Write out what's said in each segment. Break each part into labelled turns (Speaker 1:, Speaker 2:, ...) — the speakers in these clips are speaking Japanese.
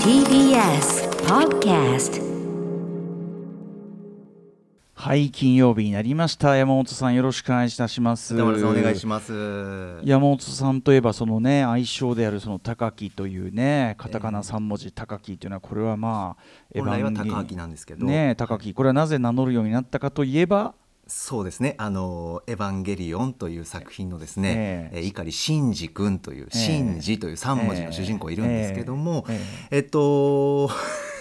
Speaker 1: TBS Podcast
Speaker 2: はい金曜日になりました山本さんよろしくお願いいたします
Speaker 3: 田村さんお願いし
Speaker 2: ま
Speaker 3: ます。
Speaker 2: 山本さんといえばそのね愛称であるその高木というねカタカナ三文字高木というのはこれはまあエヴ
Speaker 3: 本来
Speaker 2: ァ
Speaker 3: は
Speaker 2: ンゲリオン
Speaker 3: 高木なんですけど、
Speaker 2: ねえ高木これはなぜ名乗るようになったかといえば
Speaker 3: そうですね。あのエヴァンゲリオンという作品のですね、
Speaker 2: ええ
Speaker 3: え碇真司君という
Speaker 2: え
Speaker 3: 真司という三文字の主人公いるんですけども、
Speaker 2: え
Speaker 3: え
Speaker 2: え
Speaker 3: っと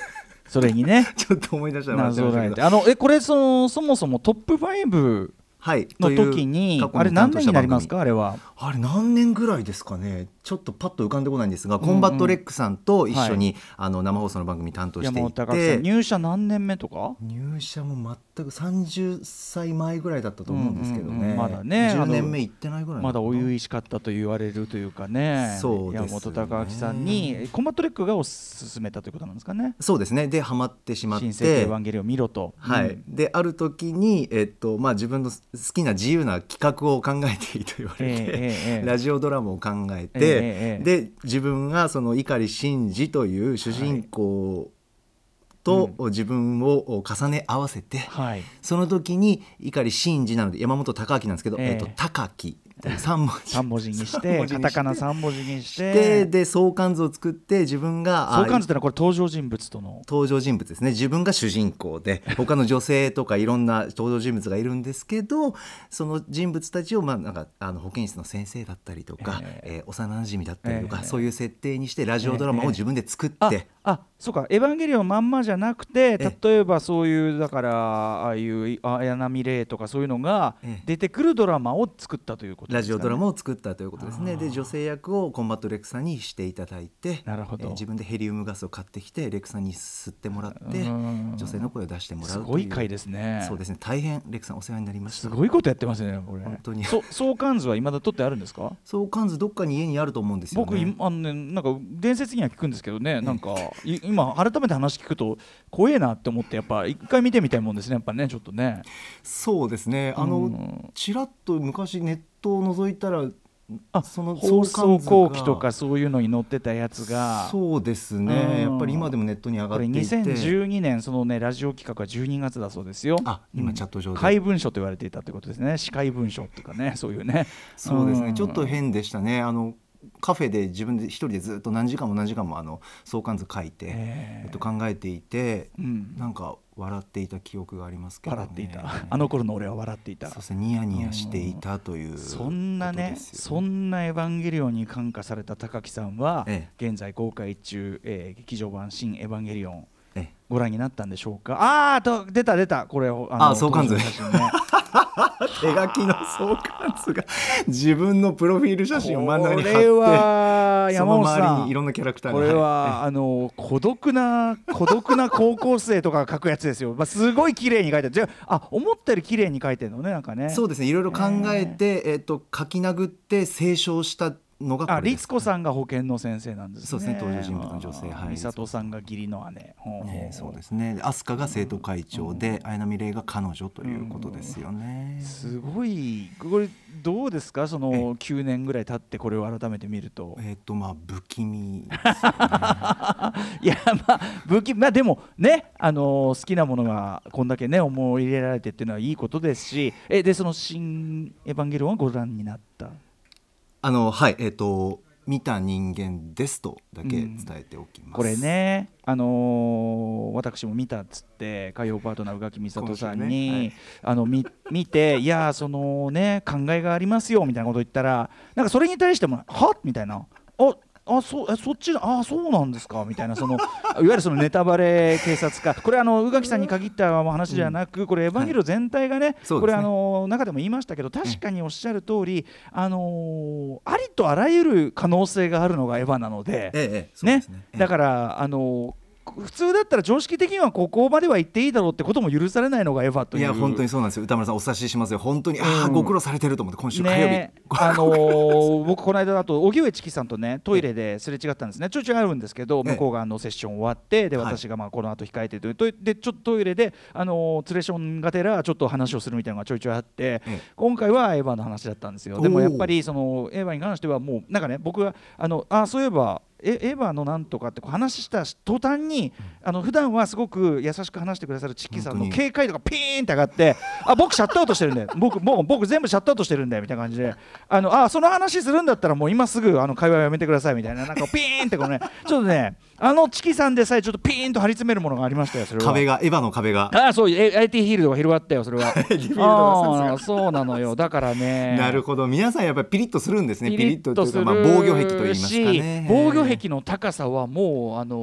Speaker 2: それにね
Speaker 3: ちょっと思い出したら
Speaker 2: 名
Speaker 3: 笑っ
Speaker 2: 乗
Speaker 3: ちゃ
Speaker 2: られ
Speaker 3: いましてたけど、
Speaker 2: あのえこれそのそもそもトップ5
Speaker 3: はい
Speaker 2: の
Speaker 3: という
Speaker 2: 時に
Speaker 3: 過去
Speaker 2: あれ何
Speaker 3: 担当
Speaker 2: 年
Speaker 3: した
Speaker 2: に
Speaker 3: 番組
Speaker 2: なりますかあれは
Speaker 3: あれ何年ぐらいですかねちょっとパッと浮かんでこないんですが、コンバットレックさんと一緒に、あの生放送の番組担当して
Speaker 2: 山
Speaker 3: い
Speaker 2: 本高木さん
Speaker 3: て
Speaker 2: 入社何年目とか
Speaker 3: 入社も全く30歳前ぐらいだったと思うんですけどね、
Speaker 2: うんうんうんまだねあ
Speaker 3: 10
Speaker 2: の
Speaker 3: 年目いってないぐらいな
Speaker 2: ま
Speaker 3: の
Speaker 2: だ
Speaker 3: かな
Speaker 2: 初々しかったと言われるというかね
Speaker 3: そうですね
Speaker 2: 山本隆明さんにコンバットレックがおすすめたということなんですかね
Speaker 3: そうですねでハマってし
Speaker 2: 「
Speaker 3: まっ
Speaker 2: 新世紀エ
Speaker 3: て
Speaker 2: ヴァンゲリオン」見ろと。
Speaker 3: はい
Speaker 2: うん
Speaker 3: である時に、えっとまあ、自分の好きな自由な企画を考えていいと言われて、
Speaker 2: ええええ
Speaker 3: ラジオドラマを考えて、
Speaker 2: ええええ
Speaker 3: で自分がその碇真司という主人公と自分を重ね合わせて、
Speaker 2: はい
Speaker 3: その時に碇真司なので山本隆明なんですけど、
Speaker 2: え
Speaker 3: え
Speaker 2: え
Speaker 3: っと高木という3文字
Speaker 2: 3文字にし
Speaker 3: 三
Speaker 2: て
Speaker 3: 文字
Speaker 2: カ
Speaker 3: に
Speaker 2: タカナ3文字にし
Speaker 3: で
Speaker 2: て
Speaker 3: で相関図を作って自分があ
Speaker 2: 相関図というのはこれ登場人物との
Speaker 3: 登場人物ですね自分が主人公 で他の女性とかいろんな登場人物がいるんですけどその人物たちを、まあ、なんかあの保健室の先生だったりとか、えー幼なじみだったりとか、
Speaker 2: ええ
Speaker 3: そういう設定にしてラジオドラマを自分で作って、
Speaker 2: ああそうか「エヴァンゲリオン」まんまじゃなくて例
Speaker 3: え
Speaker 2: えばそういうだからああいうあ綾波レイとかそういうのが
Speaker 3: ええ
Speaker 2: 出てくるドラマを作ったということで
Speaker 3: ラ
Speaker 2: す
Speaker 3: ジ
Speaker 2: かね
Speaker 3: オドラマを作ったということです
Speaker 2: あ
Speaker 3: ね
Speaker 2: ー
Speaker 3: で女性役をコンバットレクサにしていただいて
Speaker 2: なるほど
Speaker 3: えー自分でヘリウムガスを買ってきてレクサに吸ってもらって
Speaker 2: うん
Speaker 3: 女性の声を出してもらう
Speaker 2: す
Speaker 3: とう
Speaker 2: ごい回ですね
Speaker 3: そうですね大変レクさんお世話になりまし
Speaker 2: す
Speaker 3: た
Speaker 2: ごいことやってますねこれ
Speaker 3: 本当に
Speaker 2: そ相関図はいまだ取ってあるんですか
Speaker 3: 相関図どっかに家にあると思うんですよね
Speaker 2: 僕いあの、ね、なんか伝説には聞くんですけどね、なんかい今改めて話聞くと怖えなって思ってやっぱ一回見てみたいもんですねやっぱねちょっとね
Speaker 3: そうですねあの、
Speaker 2: うん
Speaker 3: ちらっと昔ネットを覗いたら
Speaker 2: あ
Speaker 3: その
Speaker 2: 放送後期とか
Speaker 3: 相
Speaker 2: そういうのに載ってたやつが
Speaker 3: 関図がそうです
Speaker 2: うん
Speaker 3: ねやっぱり今でもネットに上が
Speaker 2: こ
Speaker 3: って
Speaker 2: れ
Speaker 3: いて
Speaker 2: 2012年そのねラジオ企画は12月だそうですよ
Speaker 3: あ今チャット上で
Speaker 2: 怪文書と言われていたということですね司会文書っていうかねそういうね
Speaker 3: そうですね、
Speaker 2: ん
Speaker 3: ちょっと変でしたねあのカフェで自分で一人でずっと何時間も何時間もあの相関図書いて、
Speaker 2: え
Speaker 3: えっと、考えていて、
Speaker 2: うん
Speaker 3: なんか笑っていた記憶がありますけど、ね、
Speaker 2: 笑っていた、あの頃の俺は笑っていた
Speaker 3: そうですねニヤニヤしていたという、
Speaker 2: そんなねそ
Speaker 3: なん
Speaker 2: な「エヴァンゲリオン」に感化された高木さんは、
Speaker 3: え
Speaker 2: 現在公開中、えー劇場版「新エヴァンゲリオン
Speaker 3: ええ」
Speaker 2: ご覧になったんでしょうかああと出た出たこれをの
Speaker 3: あ相関図
Speaker 2: 当時の写真ね
Speaker 3: 手書きの相関図が自分のプロフィール写真を 真ん中に貼って
Speaker 2: これは
Speaker 3: そ
Speaker 2: 山
Speaker 3: の
Speaker 2: 本さ
Speaker 3: 周り
Speaker 2: ん
Speaker 3: にいろんなキャラクターが
Speaker 2: これはあの孤独な孤独な高校生とかが書くやつですよ、まあ、すごい綺麗に書いてあるじゃああ思ったより綺麗に書いてるのねなんかね
Speaker 3: そうですねいろいろ考えて、えっと書き殴って清書したのがこ
Speaker 2: あ、
Speaker 3: れです
Speaker 2: 律子さんが保険の先生なんですね。
Speaker 3: そうですね登場人物の女性はい
Speaker 2: 美里さんが義理の姉。ほうほう
Speaker 3: ね、そうですね飛鳥が生徒会長で、綾波レイが彼女ということですよね、
Speaker 2: すごいこれどうですかその9年ぐらい経ってこれを改めて見ると
Speaker 3: えっ、とまあ不気味
Speaker 2: いやまあ不気まあでもねあのー好きなものがこんだけね思い入れられてっていうのはいいことですしえでその新エヴァンゲリオンはご覧になった
Speaker 3: あのはいえっ、と見た人間ですとだけ伝えておきます、
Speaker 2: これね、あのー私も見たっつって火曜パートナー宇垣美里さん
Speaker 3: 今週
Speaker 2: に、
Speaker 3: ねはい
Speaker 2: あのみ 見ていやーそのね考えがありますよみたいなこと言ったらなんかそれに対しても「はみたいな「ああそうえそっちあそうなんですか」みたいなその いわゆるそのネタバレ警察官これあの宇垣さんに限った話じゃなく、これ「エヴァンゲリオン」全体がね、
Speaker 3: そうですね
Speaker 2: これあの中でも言いましたけど確かにおっしゃる通り、あのーありとあらゆる可能性があるのがエヴァなので。
Speaker 3: ええええそう
Speaker 2: ね
Speaker 3: ですねええ
Speaker 2: だからあの普通だったら常識的にはここまでは行っていいだろうってことも許されないのがエヴァという
Speaker 3: い
Speaker 2: い
Speaker 3: や本当にそうなんですよ歌村さんお察ししますよ本当に、ああ
Speaker 2: うん
Speaker 3: ご苦労されてると思って今週火曜日、
Speaker 2: ね、あのー僕この間だと荻上チキさんとねトイレですれ違ったんですねちょいちょいあるんですけど
Speaker 3: ええ
Speaker 2: 向こうがあのセッション終わってで
Speaker 3: はい
Speaker 2: 私がまあこの後控えてというとでちょっとトイレであのーツレションがてらちょっと話をするみたいなのがちょいちょいあって
Speaker 3: ええ
Speaker 2: 今回はエヴァの話だったんですよ
Speaker 3: おー
Speaker 2: でもやっぱりそのエヴァに関してはもうなんかね僕があのあそういえばエエヴァのなんとかってこう話した途端に、あの普段はすごく優しく話してくださるチッキーさんの
Speaker 3: 本当に
Speaker 2: 警戒度がピーンって上がってあ僕シャットアウトしてるんで 僕もう僕全部シャットアウトしてるんでみたいな感じであのあその話するんだったらもう今すぐあの会話やめてくださいみたいななんかピーンってこのねちょっとねあのチキさんでさえちょっとピーンと張り詰めるものがありましたよそれは
Speaker 3: 壁がエヴァの壁が
Speaker 2: ああそうえ IT ヒールドが広がったよそれは
Speaker 3: リビルドが
Speaker 2: あーそうなのよだからね
Speaker 3: なるほど皆さんやっぱりピリッとするんですね
Speaker 2: ピ
Speaker 3: ピ
Speaker 2: リ
Speaker 3: リ
Speaker 2: ッ
Speaker 3: ッ
Speaker 2: と
Speaker 3: と
Speaker 2: す
Speaker 3: と
Speaker 2: る
Speaker 3: い
Speaker 2: し
Speaker 3: うか、まあ、防御壁と言いますかね
Speaker 2: 防御壁の高さはもうあの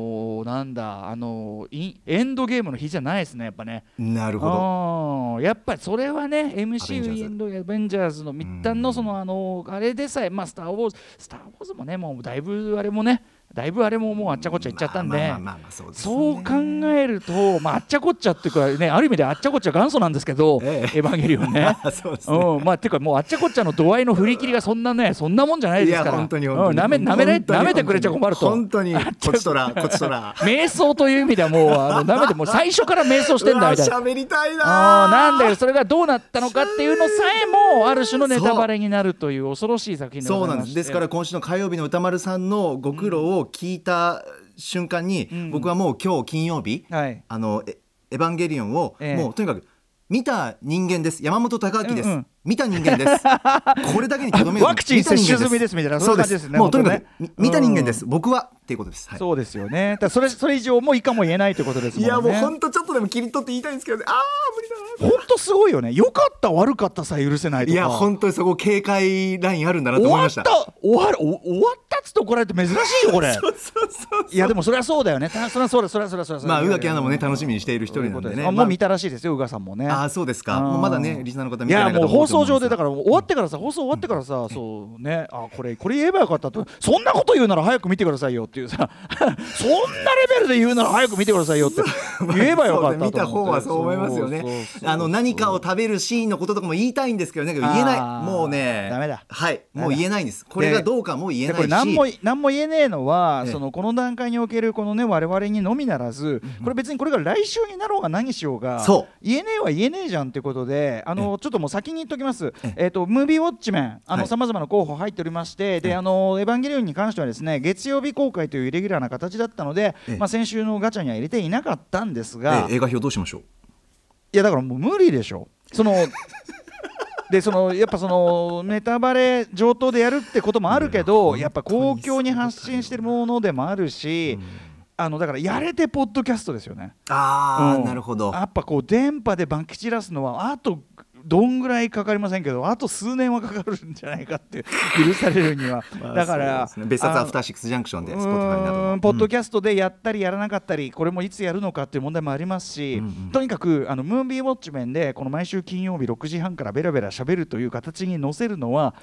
Speaker 2: ーなんだあのーインエンドゲームの日じゃないですねやっぱね
Speaker 3: なるほど
Speaker 2: うんやっぱりそれはね
Speaker 3: ベンジャーズ
Speaker 2: MCU エンドアベンジャーズの一端のそのあのあれでさえまあスター・ウォーズスター・ウォーズもねもうだいぶあれもねだいぶあれももうあっちゃこっちゃいっちゃったんで、
Speaker 3: まあまあまあまあそうですね
Speaker 2: そう考えると、まあ、あっちゃこっちゃっていうか、ね、ある意味であっちゃこっちゃ元祖なんですけど、
Speaker 3: ええ。
Speaker 2: エヴァンゲリオンね
Speaker 3: そうですね
Speaker 2: うん、まあ、ていうか、もうあっちゃこっちゃの度合いの振り切りがそんなね、そんなもんじゃないですから。
Speaker 3: いや本当に本当に
Speaker 2: うん、なめ、なめれ、
Speaker 3: 本当に
Speaker 2: なめて くれちゃ困ると。
Speaker 3: 本当にこっちとらこっちとら
Speaker 2: 瞑想という意味では、もう、あの、なめて、もう最初から瞑想してんだみたいな。
Speaker 3: うわ喋りたいな
Speaker 2: あーなんだよそれがどうなったのかっていうのさえもある種のネタバレになるという恐ろしい作品で
Speaker 3: そ
Speaker 2: ご
Speaker 3: う
Speaker 2: ざ
Speaker 3: ないん
Speaker 2: ま
Speaker 3: ですすですから今週の火曜日の歌丸さんのご苦労を聞いた瞬間に、僕はもう今日金曜日、
Speaker 2: はい
Speaker 3: あのエエヴァンゲリオンを、
Speaker 2: ええ
Speaker 3: もうとにかく見た人間です山本孝明です、
Speaker 2: うんうん
Speaker 3: 見た人間です これだけにとどめよう
Speaker 2: ワクチン接種済みですみたいな
Speaker 3: そうで
Speaker 2: そういう感じですすね
Speaker 3: もうとにか
Speaker 2: 本
Speaker 3: く、
Speaker 2: 当ね
Speaker 3: み見た人間です、僕はっていうことです、はい
Speaker 2: そうですよねだからそれそれ以上も以下も言えないということですもん
Speaker 3: い
Speaker 2: ね
Speaker 3: やもう本当ちょっとでも切り取って言いたいんですけどねあー無理だな
Speaker 2: 本当すごいよね良かった悪かったさえ許せないと
Speaker 3: い
Speaker 2: か
Speaker 3: や本当にそこ警戒ラインあるんだなと
Speaker 2: 終
Speaker 3: 思い
Speaker 2: わ
Speaker 3: ま
Speaker 2: っ
Speaker 3: した
Speaker 2: た終わるお終わったっつって怒られて珍しいよこれ
Speaker 3: そうそう
Speaker 2: いやでもそれはそうだよねたそれはそうだそれはそうだそれはそうだ
Speaker 3: まあ宇垣アナもね楽しみにしている一
Speaker 2: そうい
Speaker 3: 人
Speaker 2: うこ
Speaker 3: なん
Speaker 2: と
Speaker 3: で
Speaker 2: です
Speaker 3: ね
Speaker 2: あも
Speaker 3: ま
Speaker 2: う
Speaker 3: あ
Speaker 2: 見たらしいですよ宇賀さんもね
Speaker 3: あーそうですか。
Speaker 2: うん
Speaker 3: もうまだね、リスナーの方見
Speaker 2: い
Speaker 3: てな
Speaker 2: や
Speaker 3: いか
Speaker 2: も
Speaker 3: と
Speaker 2: う
Speaker 3: 思
Speaker 2: 放
Speaker 3: うと
Speaker 2: 送
Speaker 3: 思うんで
Speaker 2: 上
Speaker 3: すが
Speaker 2: でだから終わってからさ放送終わってからさそうねあこれこれ言えばよかったとそんなこと言うなら早く見てくださいよっていうさ そんなレベルで言うなら早く見てくださいよって 言えばよかったと思って
Speaker 3: そうね見た方はそう思います
Speaker 2: そうそ
Speaker 3: よ
Speaker 2: う
Speaker 3: ね
Speaker 2: そう。そう
Speaker 3: あの何かを食べるシーンのこととかも言いたいんですけどね、だけど言え
Speaker 2: あ
Speaker 3: ない。
Speaker 2: ー
Speaker 3: もうね、
Speaker 2: ダメだ
Speaker 3: はい、
Speaker 2: ダメだ
Speaker 3: もう言えないんです。これがどうかもう言え
Speaker 2: で
Speaker 3: な
Speaker 2: こ
Speaker 3: いし。
Speaker 2: れ何も何も言えねえのは、
Speaker 3: ええ
Speaker 2: そのこの段階におけるこのね我々にのみならず、これ別にこれが来週になろうが何しようが
Speaker 3: そう
Speaker 2: 言えねえは言えねえじゃんっていうことであのちょっともう先に言っときます「えっとムービーウォッチメン」
Speaker 3: はい
Speaker 2: さまざまな候補入っておりまして「であのエヴァンゲリオン」に関してはですね月曜日公開というイレギュラーな形だったので
Speaker 3: ええ、
Speaker 2: まあ、先週のガチャには入れていなかったんですが、
Speaker 3: え映画表どうしましょう。
Speaker 2: いやだからもう無理でしょそ のでそのやっぱそのネタバレ上等でやるってこともあるけどやっぱ公共に発信してるものでもあるし、あのだからやれてポッドキャストですよね。
Speaker 3: ああ、
Speaker 2: うん
Speaker 3: なるほど。
Speaker 2: やっぱこう電波でバンキ散らすのはあとどんぐらいかかりませんけどあと数年はかかるんじゃないかって許されるには
Speaker 3: まあ
Speaker 2: だから
Speaker 3: そうですね別冊
Speaker 2: あ
Speaker 3: ア
Speaker 2: の
Speaker 3: フターシックスジャンクションで、
Speaker 2: う
Speaker 3: Spotify な
Speaker 2: ー
Speaker 3: どの
Speaker 2: んポッドキャストでやったりやらなかったり、これもいつやるのかっていう問題もありますし、とにかくあのムービーウォッチメンでこの毎週金曜日6時半からベラベラ喋るという形に載せるのは、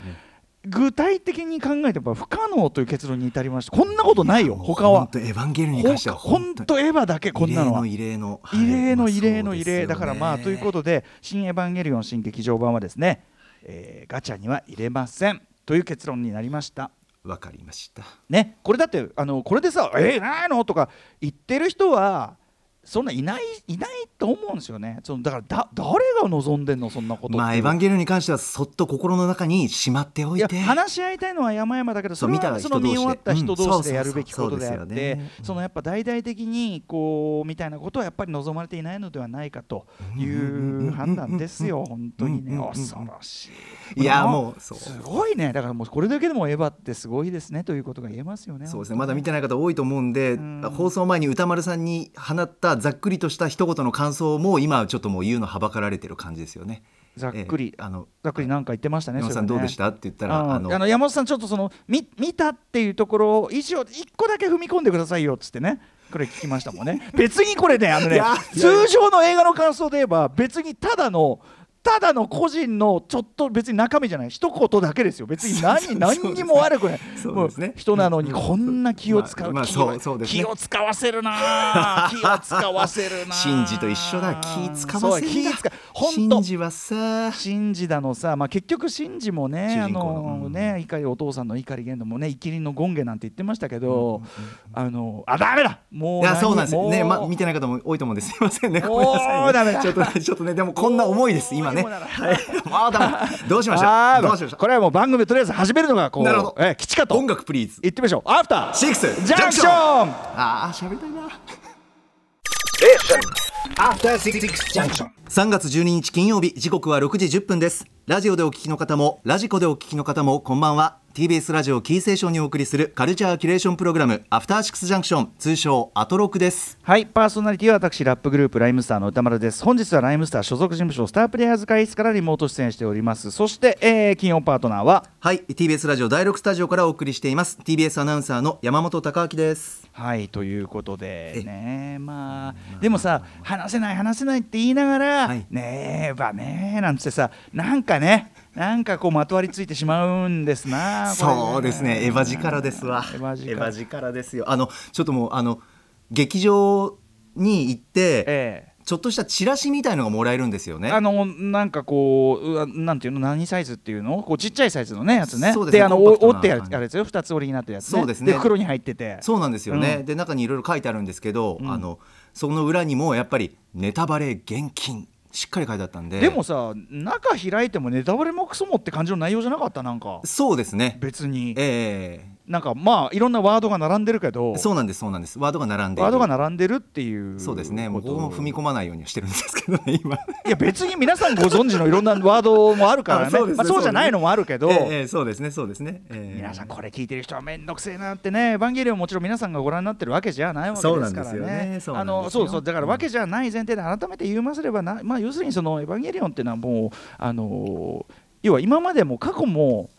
Speaker 2: 具体的に考えても不可能という結論に至りましたこんなことないよ
Speaker 3: もう
Speaker 2: 他は
Speaker 3: 本当エヴァンゲリオンに関しては
Speaker 2: 本当エヴァだけこんなのは
Speaker 3: 異例の
Speaker 2: 異例の
Speaker 3: はい
Speaker 2: 異例の異例、
Speaker 3: ま
Speaker 2: だ
Speaker 3: あ
Speaker 2: からまあ
Speaker 3: そう
Speaker 2: と
Speaker 3: で
Speaker 2: いう
Speaker 3: すよね
Speaker 2: ことで「新エヴァンゲリオン」新劇場版はですね、えーガチャには入れませんという結論になりました。
Speaker 3: わかりました。
Speaker 2: ね、これだってあのこれでさ「えー、ないの?」とか言ってる人はそんないないいないと思うんですよねそのだからだ誰が望んでんのそんなことって
Speaker 3: まあエヴァンゲリオンに関してはそっと心の中にしまってお
Speaker 2: い
Speaker 3: い
Speaker 2: や
Speaker 3: て。
Speaker 2: 話し合いたいのは山々だけど
Speaker 3: そ
Speaker 2: そうれ
Speaker 3: 見た
Speaker 2: は
Speaker 3: ら
Speaker 2: その
Speaker 3: 人
Speaker 2: 見終わった人
Speaker 3: 同
Speaker 2: 同士
Speaker 3: 士で
Speaker 2: でやるべきことであ
Speaker 3: う
Speaker 2: っ
Speaker 3: んそうそうそうそうです
Speaker 2: て
Speaker 3: よね
Speaker 2: そのやっぱ大々的にこうみたいなことはやっぱり望まれていないのではないかという判断ですよ本当にね恐ろしい
Speaker 3: いや
Speaker 2: もう
Speaker 3: もうそう
Speaker 2: すごいねだからもうこれだけでもエヴァってすごいですねということが言えますよね
Speaker 3: そうですねまだ見てない方多いと思うんで、
Speaker 2: ん
Speaker 3: 放送前に歌丸さんに放ったざっくりとした一言の感想も今ちょっともう言うのはばかられてる感じですよね。
Speaker 2: ざっくり
Speaker 3: ええあの
Speaker 2: ざっくりなんか言ってましたね。
Speaker 3: 山本さ
Speaker 2: そ
Speaker 3: んど
Speaker 2: れ
Speaker 3: う
Speaker 2: ね
Speaker 3: でしたって言ったら、
Speaker 2: あ
Speaker 3: あ
Speaker 2: の
Speaker 3: の
Speaker 2: あの山本さんちょっとその見見たっていうところを一応一個だけ踏み込んでくださいよっつってねこれ聞きましたもん ね別にこれねあの
Speaker 3: い
Speaker 2: ね
Speaker 3: や
Speaker 2: 通常の映画の感想で言えば別にただのただの個人のちょっと別に中身じゃない一言だけですよ別に 何何にも悪くない
Speaker 3: そう
Speaker 2: もう
Speaker 3: ですね
Speaker 2: 人なのにこんな気を使う、
Speaker 3: まあまあ
Speaker 2: 気
Speaker 3: そ
Speaker 2: を
Speaker 3: うそうですね
Speaker 2: 気を使わせるな あ気を使わせるなあ
Speaker 3: 信じと一緒だ気使わ
Speaker 2: そ
Speaker 3: せ
Speaker 2: う
Speaker 3: る
Speaker 2: ん
Speaker 3: だ
Speaker 2: 気使本当
Speaker 3: 信じはさ
Speaker 2: シンジだのさ、まあ、結局シンジもね
Speaker 3: 主
Speaker 2: あ
Speaker 3: 人公の
Speaker 2: の
Speaker 3: うん
Speaker 2: ね怒りお父さんの怒り言動もねイキリンのゴンゲなんて言ってましたけど、あのあダメだもう
Speaker 3: いやそうなんです
Speaker 2: もう
Speaker 3: ね、まあ、見てない方も多いと思うんですすいませんね
Speaker 2: もう
Speaker 3: ごめんなさい、ね、
Speaker 2: ダメだ
Speaker 3: ちょっとねちょっとねでもこんな思いです今ね。
Speaker 2: もうダメ
Speaker 3: はいもうダメどうしまし
Speaker 2: あ
Speaker 3: た
Speaker 2: ー
Speaker 3: どうしました
Speaker 2: これはもう番組とりあえず始めるのがこう
Speaker 3: なるほど
Speaker 2: えー基地かと
Speaker 3: 音楽プリーズ
Speaker 2: 言ってみましょうアフター
Speaker 3: シックス
Speaker 2: ジャンクション
Speaker 3: ああ喋りたいな
Speaker 4: After Six Junction.
Speaker 3: 3月12日金曜日時刻は6時10分ですラジオでお聞きの方もラジコでお聞きの方もこんばんは TBS ラジオキーセーションにお送りするカルチャーキュレーションプログラムアフターシックスジャンクション通称アトロクです
Speaker 2: はいパーソナリティは私ラップグループライムスターの歌丸です本日はライムスター所属事務所スタープレイヤーズ会議室からリモート出演しておりますそして、えー、金曜パートナーは
Speaker 3: はい TBS ラジオ第6スタジオからお送りしています TBS アナウンサーの山本貴明です
Speaker 2: はいということでねまあでもさ話せない話せないって言いながら、
Speaker 3: はい
Speaker 2: ねえばねえなんつってさなんかねなんかこうまとわりついてしまうんですなこれが
Speaker 3: そうですねエヴァ力ですわ
Speaker 2: エヴァ力
Speaker 3: 力ですよあのちょっともうあの劇場に行って、
Speaker 2: ええ
Speaker 3: ちょっとしたチラシみたいのがもらえるんですよね
Speaker 2: あのなんかこううわなんていうの何サイズっていうのこうちっちゃいサイズのねやつね
Speaker 3: そうですね
Speaker 2: あの
Speaker 3: コンパクト
Speaker 2: お
Speaker 3: な
Speaker 2: 折ってやる
Speaker 3: はい
Speaker 2: あれですよ二つ折りになってるやつ、ね、
Speaker 3: そうですね
Speaker 2: 袋に入ってて
Speaker 3: そうなんですよね、
Speaker 2: うん
Speaker 3: で中にいろいろ書いてあるんですけど、あのその裏にもやっぱりネタバレ厳禁しっかり書いてあったんで
Speaker 2: でもさ中開いてもネタバレもクソもって感じの内容じゃなかったなんか
Speaker 3: そうですね
Speaker 2: 別に
Speaker 3: え
Speaker 2: なんかまあいろんなワードが並んでるけど
Speaker 3: えそうなんですそうなんですワードが並んでいる
Speaker 2: ワードが並んでるっていう
Speaker 3: そうですねもう
Speaker 2: こと
Speaker 3: ここも踏み込まないようにはしてるんですけどね今
Speaker 2: いや別に皆さんご存知のいろんなワードもあるからね
Speaker 3: あそうですね
Speaker 2: まあ、そうじゃないのもあるけど、
Speaker 3: ええええそうですねそうですね、ええ
Speaker 2: 皆さんこれ聞いてる人は面倒くせえなってね、エヴァンゲリオンもちろん皆さんがご覧になってるわけじゃないわけですから
Speaker 3: そうなんですよ
Speaker 2: ね
Speaker 3: ね。そうな
Speaker 2: あ
Speaker 3: んですよ
Speaker 2: のそうそうだからわけじゃない前提で改めて言いますればな、まあ要するにそのエヴァンゲリオンっていうのはもうあの要は今までも過去も。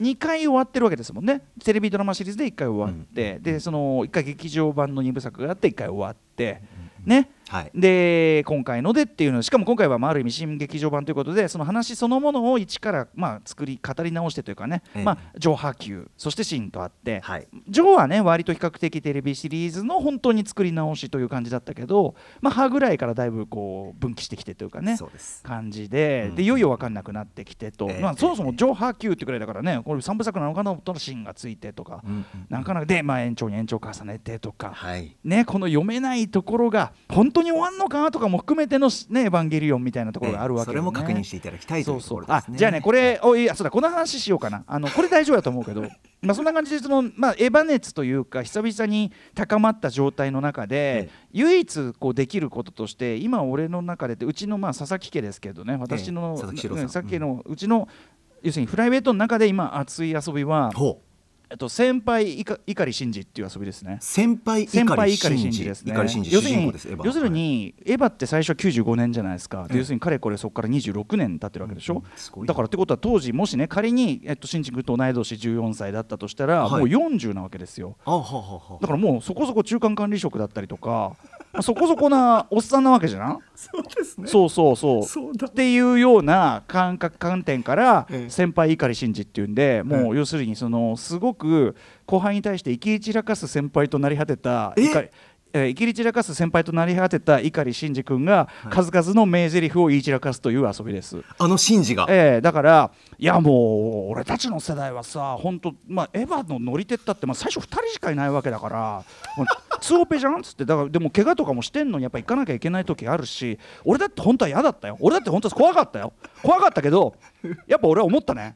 Speaker 2: 2回終わってるわけですもんねテレビドラマシリーズで1回終わって、でその1回劇場版の2部作があって1回終わって、ね、
Speaker 3: はい
Speaker 2: で今回のでっていうのしかも今回はまあある意味新劇場版ということでその話そのものを一からまあ作り語り直してというかね、
Speaker 3: ええ
Speaker 2: まあ、上波級そしてシンとあって、
Speaker 3: はい
Speaker 2: ジョーはね割と比較的テレビシリーズの本当に作り直しという感じだったけど、まあ、歯ぐらいからだいぶこう分岐してきてというかね
Speaker 3: そうです
Speaker 2: 感じで,、
Speaker 3: うん
Speaker 2: でいよいよ分かんなくなってきてと、
Speaker 3: ええ
Speaker 2: まあ、そもそ
Speaker 3: え
Speaker 2: も
Speaker 3: え
Speaker 2: ジョー波級ってくらいだからねこれ3部作なのかなと思ったらシンがついてとか、
Speaker 3: うんうん
Speaker 2: なかなかで、まあ、延長に延長重ねてとか。
Speaker 3: はい
Speaker 2: ね、この読めないところが本当に終わんのかとかも含めての、ね、エヴァンゲリオンみたいなところがあるわけ
Speaker 3: ええ
Speaker 2: で
Speaker 3: それ
Speaker 2: ね
Speaker 3: も確認していただきたい
Speaker 2: そ
Speaker 3: といううと
Speaker 2: そう
Speaker 3: ころで
Speaker 2: あ
Speaker 3: すね
Speaker 2: じゃあねこれおいやそうだこの話しようかなあのこれ大丈夫だと思うけど まあそんな感じでその、まあ、エヴァ熱というか久々に高まった状態の中で
Speaker 3: え、
Speaker 2: 唯一こうできることとして今俺の中でってうちのまあ佐々木家ですけどね私の、
Speaker 3: ええ佐々木史郎さん
Speaker 2: うん佐々木家のうちの、要するにプライベートの中で今熱い遊びは、
Speaker 3: ほう
Speaker 2: えっと、先輩いか碇シンジっていう遊びですね。
Speaker 3: 先輩
Speaker 2: 先輩
Speaker 3: 碇
Speaker 2: 碇
Speaker 3: 慎
Speaker 2: シンジ
Speaker 3: 二
Speaker 2: ですね。
Speaker 3: 碇慎二
Speaker 2: 要
Speaker 3: 主
Speaker 2: するに
Speaker 3: 人公ですエヴァ
Speaker 2: 要するにエヴァって最初は95年じゃないですか。で要するに彼これそこから26年経ってるわけでし
Speaker 3: うん
Speaker 2: ょ
Speaker 3: うんすご。いな
Speaker 2: だからってことは当時もしね仮にえっと新君と同い年14歳だったとしたら
Speaker 3: はい
Speaker 2: もう40なわけですよ。
Speaker 3: あははは
Speaker 2: だからもうそこそこ中間管理職だったりとか、まあそこそこなおっさんなわけじゃん。
Speaker 3: そうです ね
Speaker 2: そうそうそう。
Speaker 3: そうだ
Speaker 2: っていうような感覚観点から
Speaker 3: ええ
Speaker 2: 先輩碇慎二っていうんでもう
Speaker 3: え
Speaker 2: 要するにそのすごく後輩に対して生き散らかす先輩となり果てた
Speaker 3: え
Speaker 2: 碇えー生き散らかす先輩となり果てた碇慎二君が数々の名台詞を言い散らかすという遊びです。
Speaker 3: あのシンジが
Speaker 2: ええだからいやもう俺たちの世代はさ本当まあエヴァの乗り手ったってまあ最初2人しかいないわけだからもうツーオペじゃんっつってだからでも怪我とかもしてんのにやっぱ行かなきゃいけない時あるし俺だって本当は嫌だったよ俺だって本当は怖かったよ怖かったけどやっぱ俺は思ったね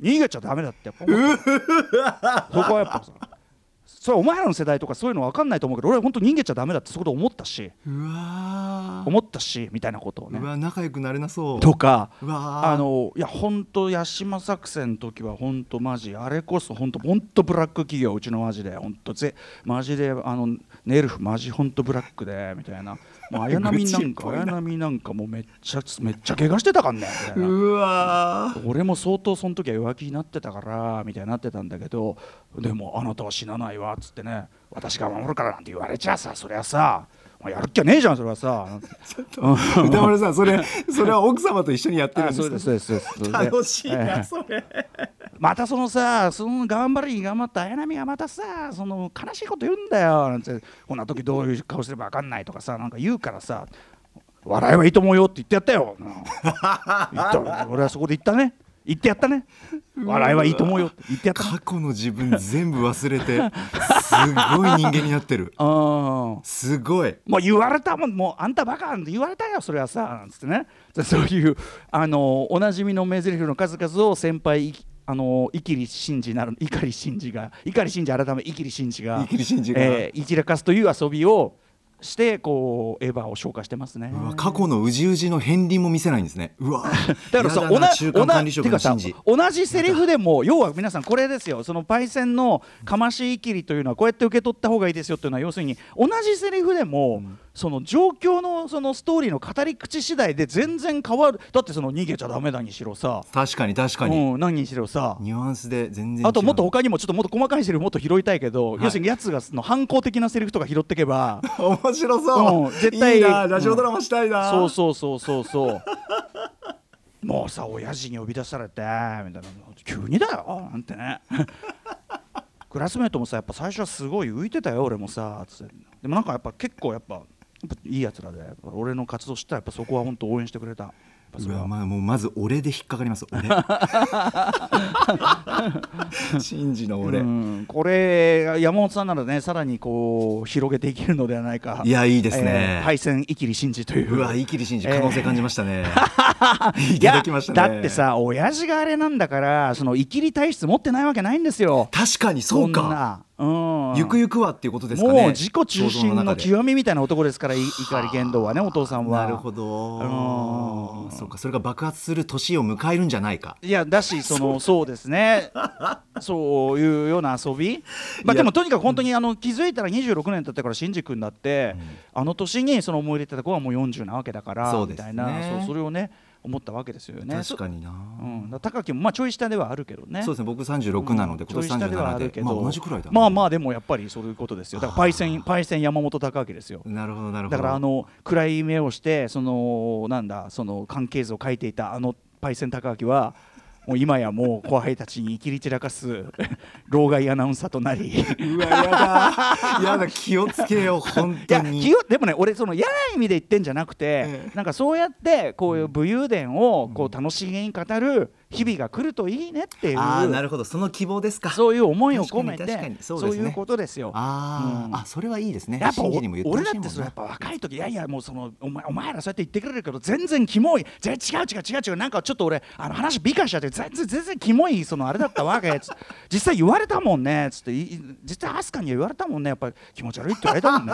Speaker 2: 逃げちゃダメだってやっぱ思ったそこはやっぱさそれはお前らの世代とかそういうの分かんないと思うけど俺は本当逃げちゃダメだってそこで思ったし
Speaker 3: うわー
Speaker 2: 思ったしみたいなことをね
Speaker 3: うわ仲良くなれなそう
Speaker 2: とか
Speaker 3: うわー
Speaker 2: あのいや本当八島作戦の時は本当マジあれこそ本当本当ブラック企業うちのマジで本当ぜマジであのネルフマジ本当ブラックでみたいな もう綾波な
Speaker 3: 愚痴
Speaker 2: ん
Speaker 3: っ
Speaker 2: か
Speaker 3: ぽいな
Speaker 2: 綾波なんかもうめっちゃめっちゃ怪我してたから ねみたいな
Speaker 3: うわー
Speaker 2: 俺も相当その時は弱気になってたからみたいになってたんだけどでもあなたは死なないわっつってね私が守るからなんて言われちゃさそりゃさもうやるっきゃねえじゃんそれは さ
Speaker 3: 歌丸さんそれそれは奥様と一緒にやってるん
Speaker 2: あ
Speaker 3: です
Speaker 2: そう
Speaker 3: か
Speaker 2: ですそうですそうですそれで
Speaker 3: 楽し
Speaker 2: え
Speaker 3: い
Speaker 2: え
Speaker 3: なそれ
Speaker 2: またそのさその頑張りに頑張った綾波がまたさその悲しいこと言うんだよなんてこんな時どういう顔すれば分かんないとかさなんか言うからさ笑いはいいと思うよって言ってやったようん言った俺はそこで言ったね言ってやったね笑いはいいと思うよって言ってやったね
Speaker 3: 過去の自分全部忘れてすごい人間になってる
Speaker 2: あうん
Speaker 3: すごい
Speaker 2: もう言われたもんもうあんたバカなんて言われたよそれはさなんつってねでそういうあのおなじみの名台詞の数々を先輩いあのイキリ真治なる碇真治が碇真治改めイキリ真治が
Speaker 3: 碇シンジが
Speaker 2: えーいじらかすという遊びをしてこうエヴァを消化してますね。
Speaker 3: うわ過去のうじうじの片鱗も見せないんですねうわ
Speaker 2: だからさ、
Speaker 3: や
Speaker 2: おな
Speaker 3: な中間
Speaker 2: お
Speaker 3: 管理
Speaker 2: な
Speaker 3: 職
Speaker 2: て
Speaker 3: の
Speaker 2: かさ
Speaker 3: 信じ
Speaker 2: 同じセリフでも、要は皆さん、これですよ、そのパイセンのかましいきりというのは、こうやって受け取った方がいいですよというのは、要するに、同じセリフでも、その状況のそのストーリーの語り口次第で全然変わる、だってその逃げちゃだめだにしろさ、
Speaker 3: 確かに確かに、
Speaker 2: うん、何にしろさ。
Speaker 3: ニュアンスで全然違う
Speaker 2: あともっと他にもちょっともっと細かいセリフもっと拾いたいけど、
Speaker 3: い
Speaker 2: 要するにやつがその反抗的なセリフとか拾ってけば
Speaker 3: 面白そう、
Speaker 2: うん絶対
Speaker 3: いいなラジオドラマしたいな、
Speaker 2: そうそうそうそうそう もうさ親父に呼び出されてみたいな急にだよなんてね クラスメートもさやっぱ最初はすごい浮いてたよ俺もさつってでもなんかやっぱ結構やっぱやっぱいいやつらでやっぱ俺の活動知ったらやっぱそこは本当応援してくれたやっぱそうれは
Speaker 3: わまあ、もうまず俺で引っかかります 俺信じの俺、
Speaker 2: うんこれ山本さんならねさらにこう広げていけるのではないか
Speaker 3: いやいいですね
Speaker 2: えー敗戦イキリシンジという
Speaker 3: うわ言い切り信じ可能性感じましたね、 い
Speaker 2: いや
Speaker 3: ただきましたね
Speaker 2: だってさ親父があれなんだからそのイキリ体質持ってないわけないんですよ
Speaker 3: 確かにそう
Speaker 2: そん
Speaker 3: か
Speaker 2: なうん
Speaker 3: ゆくゆくはっていうことですかね
Speaker 2: もう自己中心の
Speaker 3: 想像中で
Speaker 2: 極みみたいな男ですからい怒り言動はねお父さんは
Speaker 3: なるほど
Speaker 2: うん
Speaker 3: そうかそれが爆発する年を迎えるんじゃないか
Speaker 2: いやだしそのそうですねそういうような遊び、まあ、
Speaker 3: い
Speaker 2: で
Speaker 3: や
Speaker 2: もとにかく本当にあの気づいたら26年経ってから新次君だって、あの年にその思い入れてた子はもう40なわけだから
Speaker 3: そう
Speaker 2: み
Speaker 3: です
Speaker 2: た
Speaker 3: ね
Speaker 2: いなそうそれをね思ったわけですよね。
Speaker 3: 確かにな、
Speaker 2: そうん、だから高木もまあちょい下ではあるけどね。
Speaker 3: そうですね僕36なので、
Speaker 2: うん
Speaker 3: 今年
Speaker 2: ちょい下はある
Speaker 3: 37
Speaker 2: け
Speaker 3: で
Speaker 2: ど
Speaker 3: まあ同じくらいだな
Speaker 2: まあまあでもやっぱりそういうことですよだからパイセンパイセン山本隆明ですよ
Speaker 3: なるほどなるほど
Speaker 2: だからあの暗い目をしてそのなんだその関係図を書いていたあのパイセン高明はもう今やもう後輩たちに生きり散らかす 老害アナウンサーとなりいう
Speaker 3: わやだ やだ気をつけよう本当
Speaker 2: や
Speaker 3: に
Speaker 2: 気をでもね俺その嫌な意味で言ってんじゃなくて、
Speaker 3: ええ
Speaker 2: なんかそうやってこういう武勇伝をこう楽しげに語る日々が来るといいねっていう、
Speaker 3: ああなるほどその希望ですか
Speaker 2: そういう思いを込め
Speaker 3: 確かに確か
Speaker 2: て
Speaker 3: にそ
Speaker 2: そうう,、
Speaker 3: ですね
Speaker 2: いうことですよ。
Speaker 3: あー、
Speaker 2: うん
Speaker 3: あそれはいいですね
Speaker 2: やっぱ
Speaker 3: 信
Speaker 2: お
Speaker 3: じにも言ってほし
Speaker 2: 俺
Speaker 3: いも
Speaker 2: だ
Speaker 3: んな
Speaker 2: ってそれやっぱ若い時いやいやもうそのお前お前らそうやって言ってくれるけど全然キモいぜ違う違う違う違うなんかちょっと俺あの話美化しちゃって全然全然キモいそのあれだったわけ つ実際言われたもんねつっていい実際アスカには言われたもんねやっぱり気持ち悪いって言われたもん ね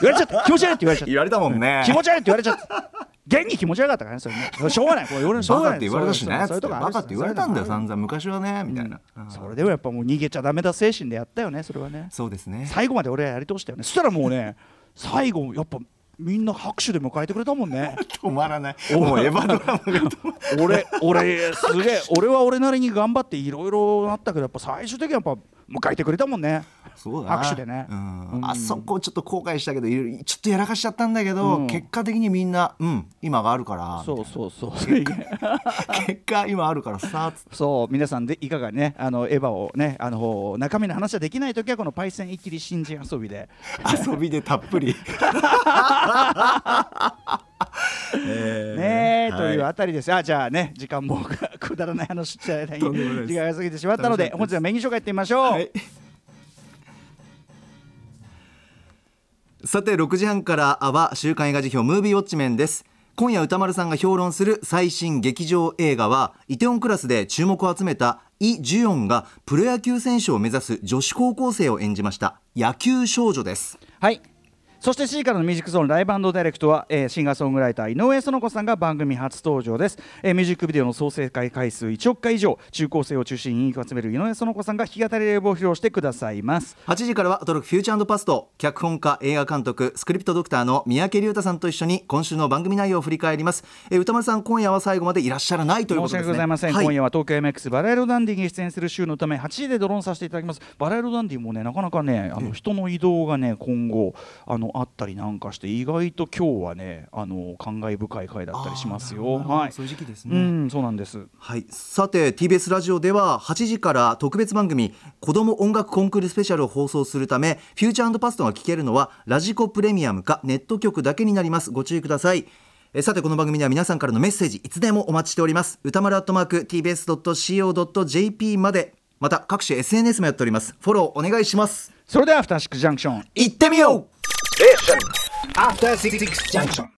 Speaker 2: 言われちゃった気持ち悪いって言われちゃった
Speaker 3: 言われたもんね
Speaker 2: 気持ち悪いって言われちゃった現に気持ち悪かったからねそれねしょうがないこれ俺のしょ
Speaker 3: バ
Speaker 2: うが
Speaker 3: カっ
Speaker 2: ない
Speaker 3: て言われたしね
Speaker 2: そう
Speaker 3: つ
Speaker 2: い
Speaker 3: っ
Speaker 2: う
Speaker 3: て
Speaker 2: とこある
Speaker 3: バカって言われたんだよ
Speaker 2: そういう
Speaker 3: 散々昔はねみたいな、
Speaker 2: とこある
Speaker 3: あー
Speaker 2: それでもやっぱもう逃げちゃダメだ精神でやったよねそれはね
Speaker 3: そうですね
Speaker 2: 最後まで俺はやり通したよねそしたらもう ね最後やっぱみんな拍手で迎えてくれたもんね
Speaker 3: 止まらないもうエヴァドラマが止まら
Speaker 2: 俺俺すげえ俺は俺なりに頑張っていろいろあったけどやっぱ最終的にやっぱ迎えてくれたもんね
Speaker 3: そうだな
Speaker 2: 拍手でね
Speaker 3: うん
Speaker 2: うん
Speaker 3: あそこちょっと後悔したけどいろいろちょっとやらかしちゃったんだけど、結果的にみんなうん今があるから
Speaker 2: そう そうそう
Speaker 3: 結果今あるからさつって
Speaker 2: そう皆さんでいかがねあのエヴァをねあの中身の話はできない時はこのパイセンイキリ新人遊びで
Speaker 3: 遊びでたっ ぷり
Speaker 2: ねえ、という
Speaker 3: は
Speaker 2: あたりです。あ、じゃあね、時間もく だらない話しちゃいない。
Speaker 3: とんでもないです
Speaker 2: 時間が過ぎてしまったので、
Speaker 3: 楽しかったです
Speaker 2: 本日はメニュー紹介いってみましょう。
Speaker 3: はいさて6時半からは週刊映画辞表ムービーウォッチメンです今夜歌丸さんが評論する最新劇場映画はイテオンクラスで注目を集めたイ・ジュヨンがプロ野球選手を目指す女子高校生を演じました野球少女です
Speaker 2: はい。そして C からのミュージックゾーンライブディレクトは、えーシンガーソングライター井上園子さんが番組初登場です、えーミュージックビデオの総再生回数1億回以上中高生を中心に人気を集める井上園子さんが弾き語りライブを披露してくださいます
Speaker 3: 8時からは驚くフューチャーパスト脚本家映画監督スクリプトドクターの三宅龍太さんと一緒に今週の番組内容を振り返ります、えー歌丸さん今夜は最後までいらっしゃらないというこ
Speaker 2: 申
Speaker 3: と
Speaker 2: し
Speaker 3: です
Speaker 2: 訳ご
Speaker 3: ね
Speaker 2: ざいません、
Speaker 3: は
Speaker 2: 今夜は東京 MX バラエロダンディに出演する週のため8時でドローンさせていただきますバラエロダンディもねなかなかねあの人の移動がね今後あのあったりなんかして意外と今日はねあの感慨深い回だったりしますよ
Speaker 3: あーなるほど
Speaker 2: はい
Speaker 3: そういう時期です
Speaker 2: う
Speaker 3: ね、
Speaker 2: んそうなんです
Speaker 3: はい、さて TBS ラジオでは8時から特別番組「子ども音楽コンクールスペシャル」を放送するためフューチャーパストが聴けるのはラジコプレミアムかネット局だけになりますご注意くださいえさてこの番組では皆さんからのメッセージいつでもお待ちしております歌丸アットマーク TBS.CO.JP までまた各種 SNS もやっておりますフォローお願いします
Speaker 2: それではアフターシックスジャンクション
Speaker 3: 行ってみよう
Speaker 4: After Six Junction.